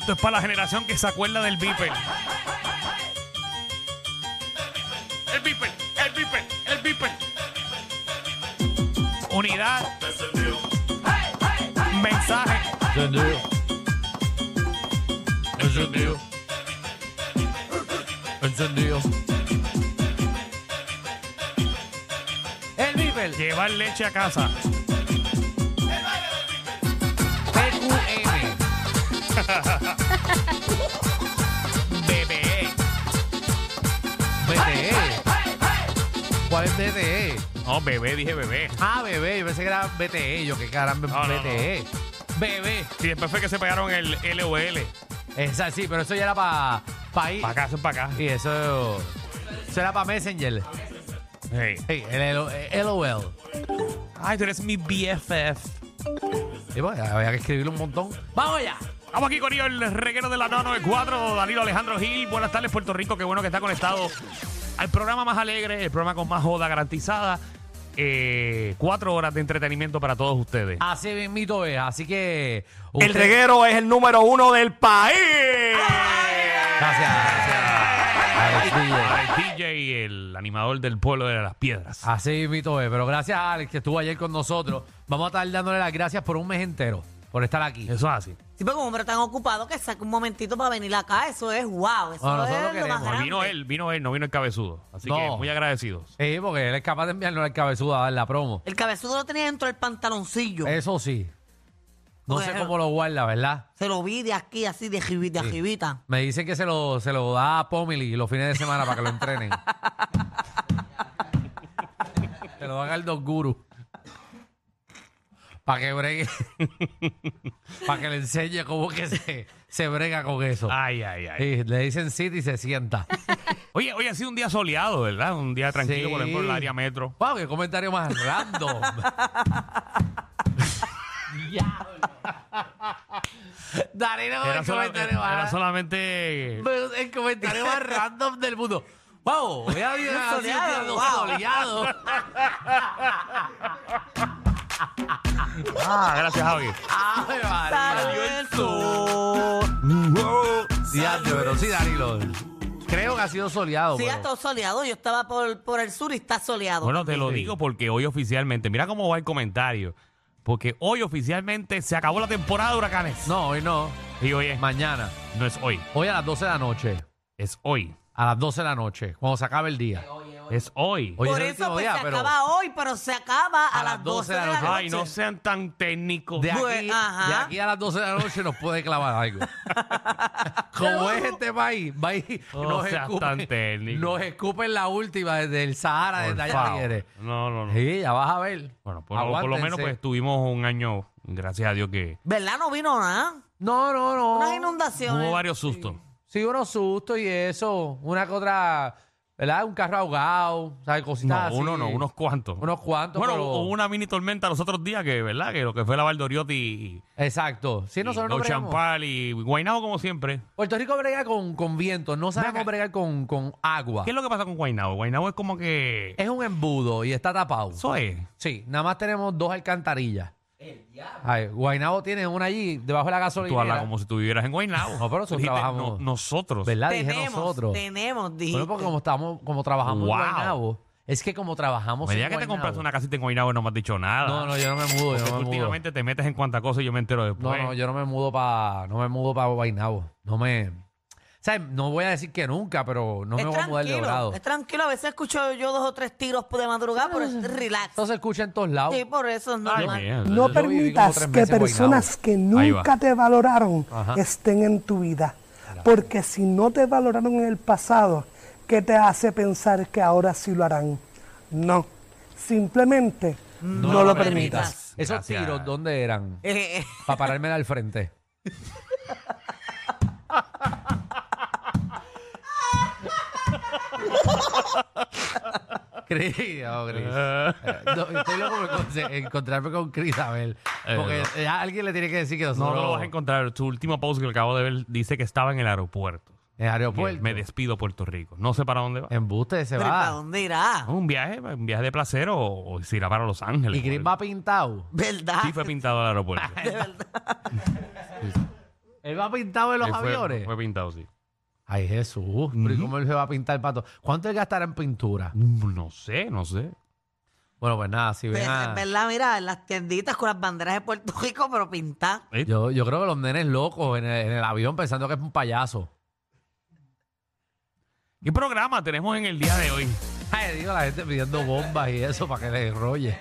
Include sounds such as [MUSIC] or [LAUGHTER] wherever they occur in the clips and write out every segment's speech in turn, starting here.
Esto es para la generación que se acuerda del Viper. El Viper, el Viper, el Viper. Unidad. Mensaje. Encendido. Encendido. Encendido. El Viper. Llevar leche a casa. PQM. Bebé. BTE. ¿Cuál es BTE? No, bebé, dije bebé. Ah, bebé. Yo pensé que era BTE. Yo, qué caramba, No, no, BTE. Bebé. Y después fue que se pegaron el LOL. Esa sí, pero eso ya era para pa ir. Para acá, eso para acá. Y eso. Eso era para Messenger. Hey. Hey, el LO- eh, LOL. Ay, tú eres mi BFF. Y Eh, bueno, había que escribirlo un montón. ¡Vamos allá! Vamos aquí con ellos, el reguero de la 994, Danilo Alejandro Gil. Buenas tardes, Puerto Rico. Qué bueno que está conectado al programa más alegre, el programa con más joda garantizada. Eh, cuatro horas de entretenimiento para todos ustedes. Así mismito es. Así que. El usted- reguero es el número uno del país. Gracias. gracias. Alex DJ. Al DJ, el animador del pueblo de las piedras. Así mismito es. Pero gracias a Alex que estuvo ayer con nosotros. Vamos a estar dándole las gracias por un mes entero. Por estar aquí. Eso es así. Sí, pero como un hombre tan ocupado que saca un momentito para venir acá, eso es wow, eso No, nosotros es lo queremos. más grande. Vino él, vino él, no vino el cabezudo. Así No. que muy agradecidos. Sí, porque él es capaz de enviarnos el cabezudo a dar la promo. El cabezudo lo tenía dentro del pantaloncillo. Eso sí. No sé Bueno. cómo lo guarda, ¿verdad? Se lo vi de aquí, así, de jibita, de jibita. Me dicen que se lo, se lo da a Pomili los fines de semana para que [LAUGHS] lo entrenen. se lo haga el Dos Guru. Para [LAUGHS] que bregue. para que le enseñe cómo que se, se brega con eso. Ay, ay, ay. Sí, le dicen sit y se sienta. Eh, Oye, hoy ha sido un día soleado, ¿verdad? Un día tranquilo, Sí. por ejemplo, en el área metro. Wow, qué comentario más [LAUGHS] random. Darino, Era, el sola- comentario era más solamente. Pero Pues, El comentario más random del mundo. ¡Wow! Voy a ir a Soleado, soleado. wow. soleado. [LAUGHS] Ah, gracias, Javi. ¡Ave María! sol. Diablo, pero sí, Danilo. Creo que ha sido soleado. Sí, pero- está soleado. Yo estaba por, por el sur y está soleado. Bueno, te lo Sí. digo porque hoy oficialmente, mira cómo va el comentario. Porque hoy oficialmente se acabó la temporada de huracanes. No, hoy no. Y hoy es, Mañana. no es hoy, Hoy a las 12 de la noche. es hoy. A las 12 de la noche, cuando se acabe el día. Es hoy. Hoy por es el eso último pues, día, se pero acaba hoy, pero se acaba a, las 12 de la noche. Ay, no sean tan técnicos. de aquí, Pues, ajá. de aquí a las 12 de la noche nos puede clavar [LAUGHS] algo. Como es este país, va y No nos, seas tan escupen, técnico. nos escupen la última desde el Sahara, Por desde allá favor. Tigres. No, no, no. Sí, ya vas a ver. Bueno, por, lo- por lo menos Aguántense. pues tuvimos un año, gracias a Dios que ¿Verdad? No vino nada. No, no, no. Unas inundaciones. hubo varios sustos. Sí, unos sustos y eso. Una que otra, ¿verdad? Un carro ahogado, ¿sabes? No, Cositas así. uno no, unos cuantos. Unos cuantos, Bueno, pero- hubo una mini tormenta los otros días que, ¿verdad? Que lo que fue la Valdoriotti y, Exacto. Sí, y nosotros no Gauchampal bregamos. y Guaynabo como siempre. Puerto Rico brega con, con viento. No sabemos acá. bregar con, con agua. ¿Qué es lo que pasa con Guaynabo? Guaynabo es como que... Es un embudo y está tapado. Eso es. Sí, nada más tenemos dos alcantarillas. Ay, Guaynabo tiene una allí debajo de la Tú hablas gasolinera. como si estuvieras en Guaynabo. No, pero nosotros Dijiste, trabajamos- no, nosotros. ¿Verdad? Dije tenemos, nosotros. tenemos, dije. Bueno, porque como, estamos, como trabajamos eh, Wow. en Guaynabo, es que como trabajamos Me en diga que te Guaynabo- compraste una casita en Guaynabo y no me has dicho nada. No, no, yo no me mudo, yo Porque no me tú mudo. últimamente pues. te metes en cuanta cosa y yo me entero No, después. no, yo no me mudo para no me mudo para Guaynabo. No me o sea, no voy a decir que nunca, pero no es me voy a mudar de tranquilo, Dorado. es tranquilo. A veces escucho yo dos o tres tiros de madrugada, pero es relax. Eso se escucha en todos lados. Sí, por eso es Ay, normal. No mierda. Yo viví como permitas tres que meses en personas que Ahí va. nunca te valoraron Ajá. estén en tu vida. Porque si no te valoraron en el pasado, ¿qué te hace pensar que ahora sí lo harán? No. Simplemente no, lo permitas. Esos Gracias. tiros, ¿dónde eran? Eh, eh, Para parármela al frente. [LAUGHS] Cris, oh, Cris. Eh, [LAUGHS] no, estoy loco por conse- encontrarme con Cris, a ver. Porque eh, a alguien le tiene que decir que No, nosotros... no lo vas a encontrar. Tu último post que acabo de ver dice que estaba en el aeropuerto. En el aeropuerto. Me despido Puerto Rico. No sé para Eh. dónde va. Embuste, se pero ¿y ¿Para va. dónde irá? Un viaje, un viaje de placer o, o si irá para Los Ángeles. Y Cris va pintado. [LAUGHS] ¿Verdad? Sí, fue pintado al aeropuerto. De verdad. Él él va pintado en los Él fue- aviones. Fue pintado, sí. Ay, Jesús. Pero ¿y cómo él se va a pintar el pato? ¿Cuánto él gastará en pintura? Mm, No sé, no sé. Bueno, pues nada, si ven a... Es verdad, mira, en las tienditas con las banderas de Puerto Rico, pero pintadas. Yo, yo creo que los nenes locos en el, en el avión pensando que es un payaso. ¿Qué programa tenemos en el día de hoy? Ay, digo, la gente pidiendo bombas y eso para que le enrolle.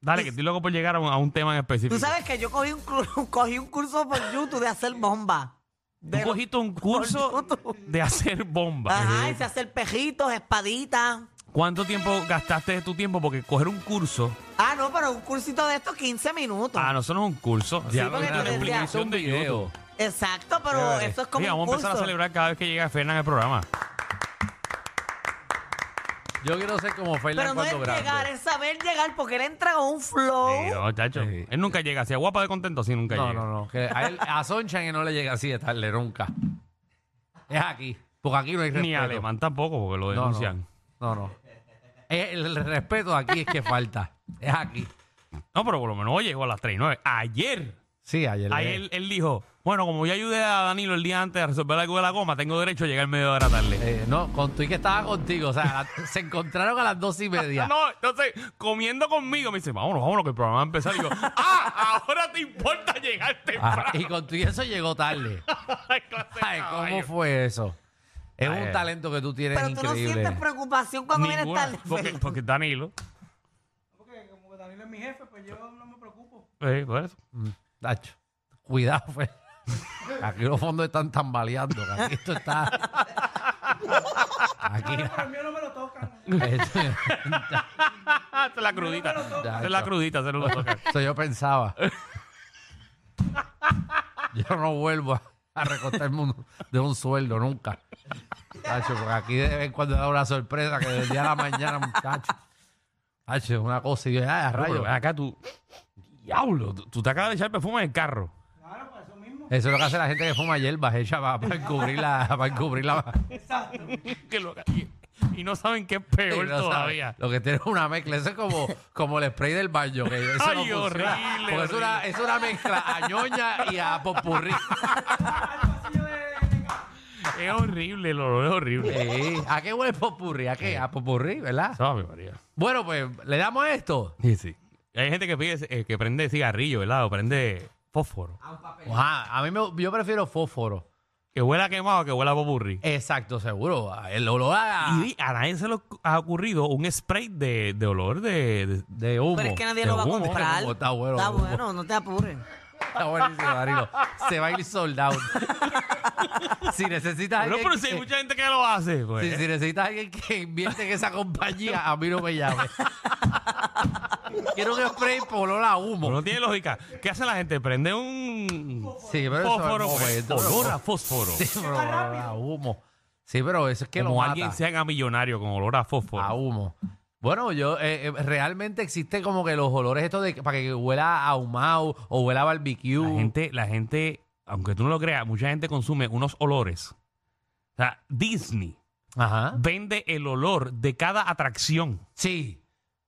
Dale, que estoy loco por llegar a un, a un tema en específico. Tú sabes que yo cogí un, cru- [LAUGHS] cogí un curso por YouTube de hacer bomba. Tú De los- cogiste un curso de hacer bomba. Ah, Ajá, y se hacer pejitos, espaditas. ¿Cuánto tiempo gastaste de tu tiempo? Porque coger un curso. Ah, no, pero un cursito de estos 15 minutos. Ah, no, eso no es un curso. Sí, Ya, porque una tú decías, explicación de YouTube. Exacto, pero eso es como Mira, un vamos a curso. empezar a celebrar cada vez que llega Fernan al programa. Yo quiero ser como Pero Fernan no es cuando grande. llegar, es saber llegar, porque él entra con un flow. Sí, no, chacho. Sí. Él nunca llega. Así a guapa de contento, así nunca No, llega. no, no. Que a, él, a Sonchan que no le llega así de tarde nunca. Es aquí. Porque aquí no hay respeto. Ni alemán tampoco, porque lo No, no. denuncian. No, no. Eh, El, respeto aquí es que falta. Es aquí. No, pero por lo menos hoy llegó a las 3 y 9. Ayer, Sí, ayer. le- ayer él, dijo, bueno, como yo ayudé a Danilo el día antes a resolver algo de la goma, tengo derecho a llegar medio de la tarde. eh, no, con tú y que estaba contigo. O sea, a la- se encontraron a las dos y [LAUGHS] media. No, entonces, comiendo conmigo, me dice, vámonos, vámonos, que el programa va a empezar. Y digo, ah, ahora te importa llegar temprano. Ah, y con tú y eso [LAUGHS] llegó tarde. Ay, clase de Ay, ¿cómo caballo. fue eso? Es Ay, un ay. talento que tú tienes Pero tú no increíble. sientes preocupación cuando vienes Ninguna, tarde. [LAUGHS] porque, Felipe. porque Danilo. Porque como Danilo es mi jefe, pues yo no me preocupo. Mm, Tacho, cuidado, Fer. [LAUGHS] Aquí los fondos están tambaleando. que Aquí esto está. Aquí. Eso- Ah, esa es la crudita. Esa es la crudita, se lo toca. Eso yo pensaba. Yo no vuelvo a, a recostarme un- de un sueldo nunca. Tacho, porque aquí de vez en cuando da una sorpresa que del día a la mañana, muchacho. Tacho, es una cosa. Y yo, ay, a eh". Pero, rayos. ven acá tú. Diablo, tú, tú te acabas de echar perfume en el [LAUGHS] carro. Eso es lo que hace la gente que fuma hierbas, hecha para, encubrir la. Para encubrir la Que lo- y, y [LAUGHS] no saben qué es peor Sí, no sabe. todavía. Lo que tiene es una mezcla. Eso es como, como el spray del baño. Que eso no Ay, funciona. horrible, Porque Es, una, horrible. es una mezcla a ñoña y a popurrí. Es horrible, el olor es horrible. Sí. ¿A qué huele el popurrí? ¿A qué? A popurrí, ¿verdad? Sabe, María. Bueno, pues le damos esto. Sí, sí. Hay gente que pide, eh, que prende cigarrillo, ¿verdad? O prende fósforo. Ajá, a mí me- yo prefiero fósforo. Que huela quemado, que huela a popurrí. Exacto, seguro. El olor a, Y di- a nadie se le ha ocurrido un spray de, de olor de, de- de humo. Pero es que nadie Te lo va a humo, te comprar. humo, está bueno, Está humo. bueno, no te apures. Está buenísimo, Danilo. Se va a ir sold out. si necesitas Pero, alguien pero si que- hay mucha gente que lo hace, pues. Si, si necesitas alguien que invierte en esa compañía, a mí no me [LAUGHS] llame. Quiero un spray por olor a Pero humo. no tiene lógica. ¿Qué hace la gente? Prende un Sí, pero eso fósforo. es pues, momento. olor a fósforo. Sí, pero olor a humo. Sí, pero eso es que lo Como mata. alguien se haga millonario con olor a fósforo. A humo. Bueno, yo eh, eh, realmente existe como que los olores estos de para que huela a ahumado o huela a barbecue. La gente, la gente, aunque tú no lo creas, mucha gente consume unos olores. O sea, Disney Ajá. vende el olor de cada atracción. Sí.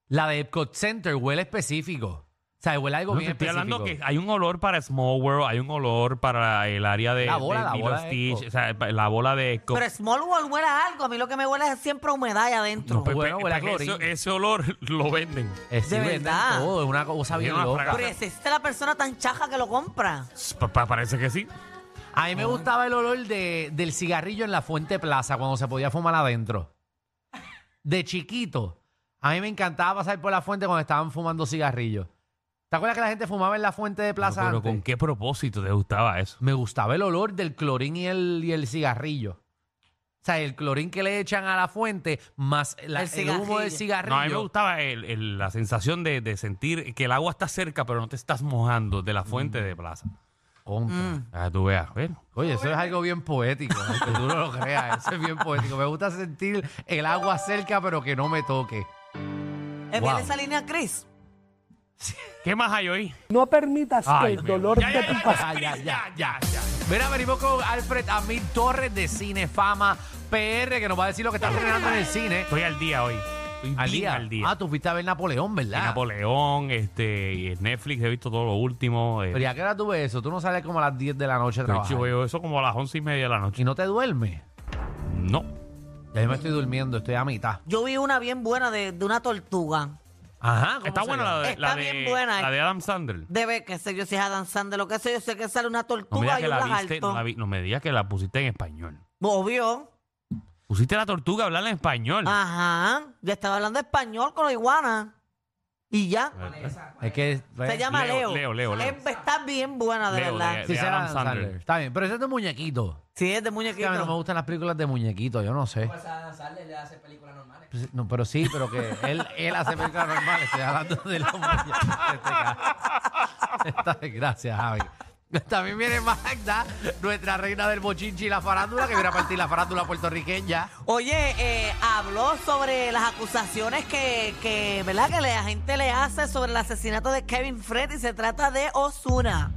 La de Epcot Center huele específico. O sea, huele algo No, te bien estoy específico. hablando que hay un olor para Small World, hay un olor para el área de, La bola, de la Lilo bola de Stitch, Echo. o sea, pa- la bola de Echo. Pero Small World huele a algo. A mí lo que me huele es siempre a humedad ahí adentro. Pues, Bueno, pues, huele a pues, clorín. ese, ese olor [LAUGHS] lo venden. Eh, sí, De venden verdad. todo, es una cosa Tiene bien una loca. fragancia. Pero existe la persona tan chaja que lo compra. Pa- pa- parece que sí. A Ah. mí me gustaba el olor de, del cigarrillo en la Fuente Plaza cuando se podía fumar adentro. De chiquito. A mí me encantaba pasar por la fuente cuando estaban fumando cigarrillos. ¿Te acuerdas que la gente fumaba en la fuente de plaza? pero antes? ¿con qué propósito te gustaba eso? Me gustaba el olor del clorín y el, y el cigarrillo. O sea, el clorín que le echan a la fuente más la- El el, humo del cigarrillo. cigarrillo. No, a mí me gustaba el- el- la sensación de, de sentir que el agua está cerca, pero no te estás mojando de la fuente de plaza. Contra. Mm. Ah, tú veas, bueno. Oye, eso es algo bien poético, aunque tú no lo creas, eso es bien poético. Me gusta sentir el agua cerca, pero que no me toque. ¿Es Wow. bien esa línea, Chris? ¿Qué más hay hoy? No permitas que Ay, el me- dolor Ya, ya, de ya, tu [LAUGHS] ya, pasado. Chris, ya, ya, ya. Mira, venimos con Alfred Amir Torres de Cinefama PR, que nos va a decir lo que está estrenando en el cine. Estoy al día hoy. Estoy Al bien día. al día. Ah, tú fuiste a ver Napoleón, Y ¿verdad? Napoleón, este, y en Netflix he visto todo lo último. eh, Pero ya que hora tú ves eso, tú no sales como a las 10 de la noche a de hecho, trabajar. veo eso como a las once y media de la noche. Y no te duermes. No. Ya yo me estoy durmiendo, estoy a mitad. Yo vi una bien buena de, de una tortuga. Ajá, ¿cómo Está se buena llama? la de, Está la de- bien buena. la de Adam Sandler. Debe, qué sé yo, si es Adam Sandler, lo que sé yo, sé que sale una No me digas tortuga y que un la viste, no, lagarto. la vi- no me digas que la pusiste en español. Obvio. Pusiste la tortuga a hablar en español. Ah, Ajá. Yo estaba hablando español con la iguana. Y ya. Es que. Se llama Eh, Leo, Leo. Leo, Leo, Leo. Es- Está bien buena, de Leo, verdad. de- Sí, se llama Adam Sandler. Está bien, pero ese es de muñequito. Sí, es de Es que a mí no me muñequito. gustan las películas de muñequito, yo no sé. Pues, No, pero sí, pero que él, él hace películas normales. Estoy hablando de los muñequitos. en este caso. Está bien, gracias, Javi. También viene Magda, nuestra reina del bochinchi y la farándula, que viene a partir la farándula puertorriqueña. Oye, eh, habló sobre las acusaciones que, que, ¿verdad? Que la gente le hace sobre el asesinato de Kevin Fred y se trata de Osuna.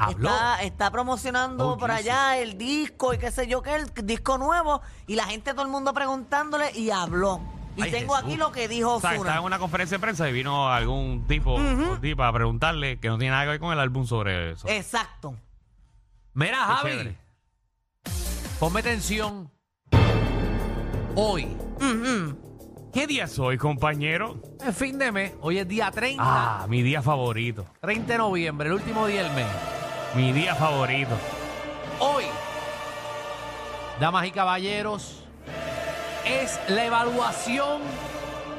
Habló. Está, está promocionando Oh, por Jesus. allá el disco y qué sé yo qué, el disco nuevo y la gente, todo el mundo preguntándole y habló. Y Ay, tengo Jesús. aquí lo que dijo O sea, estaba Osuna. en una conferencia de prensa y vino algún tipo o tipa a preguntarle que no tiene nada que ver con el álbum sobre Eh, eso. Exacto. Mira, Qué Javi, chévere. ponme atención. Hoy, ¿Qué día es hoy, compañero? es fin de mes, hoy es día 30, Ah, mi día favorito. 30 de noviembre, el último día del mes. Mi día favorito. Hoy, damas y caballeros, es la evaluación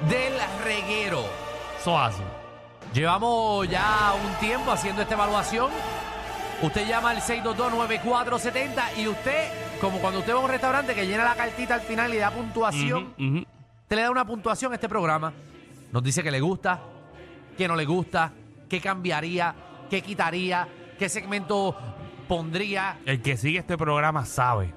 del reguero. Eso hace. Llevamos ya un tiempo haciendo esta evaluación. Usted llama al 6229470 y usted, como cuando usted va a un restaurante que llena la cartita al final y da puntuación, Ujú, ujú. Te le da una puntuación a este programa. Nos dice que le gusta, que no le gusta, que cambiaría, que quitaría, qué segmento pondría. El que sigue este programa sabe.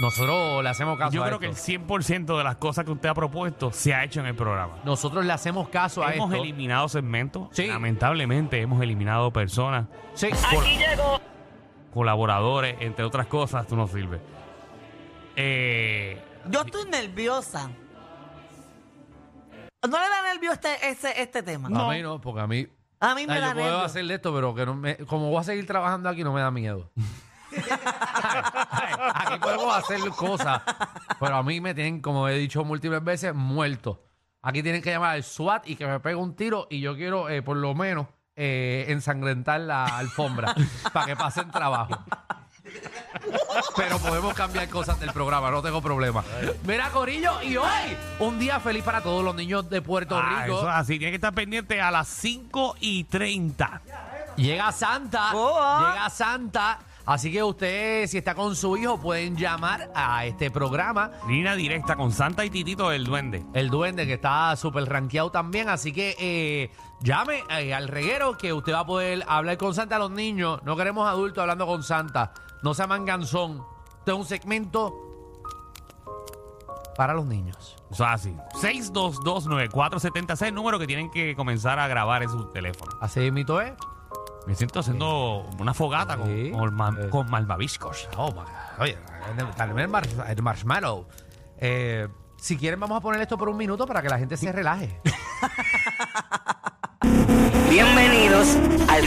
Nosotros le hacemos caso Yo a creo esto. que el 100% de las cosas que usted ha propuesto se ha hecho en el programa. Nosotros le hacemos caso a Hemos esto. eliminado segmentos. Sí. Lamentablemente hemos eliminado personas, Sí. colaboradores, entre otras cosas. Tú no sirves. Eh, Yo estoy nerviosa. ¿No le da nervio este, ese, este tema? A mí no, porque a mí... A mí me Ay, da yo puedo nervio. hacer de esto, pero que no me- como voy a seguir trabajando aquí, no me [LAUGHS] da miedo. Ay, aquí puedo hacer cosas, pero a mí me tienen, como he dicho múltiples veces, muerto. Aquí tienen que llamar al SWAT y que me pegue un tiro y yo quiero, eh, por lo menos, eh, ensangrentar la [LAUGHS] alfombra para que pasen trabajo. Pero podemos cambiar cosas del programa, no tengo problema. Mira, Corillo, y hoy, un día feliz para todos los niños de Puerto ah, Rico. eso es así. Tiene que estar pendiente a las 5 y 30. Llega Santa, Oh. llega Santa. Así que usted, si está con su hijo, pueden llamar a este programa. Línea directa con Santa y Titito del Duende. El duende que está súper rankeado también. Así que eh, llame eh, al reguero que usted va a poder hablar con Santa a los niños. No queremos adultos hablando con Santa. No se manganzón. Este es un segmento para los niños. Eso es así. 6229470 ese es el número que tienen que comenzar a grabar en su teléfono. Así mito es. Me siento haciendo una fogata con, Sí. con, ma- Eh. con malvaviscos. Oh, my God. Oye, también el, mar- el marshmallow. Eh, si quieren, vamos a poner esto por un minuto para que la gente se relaje. Bienvenidos al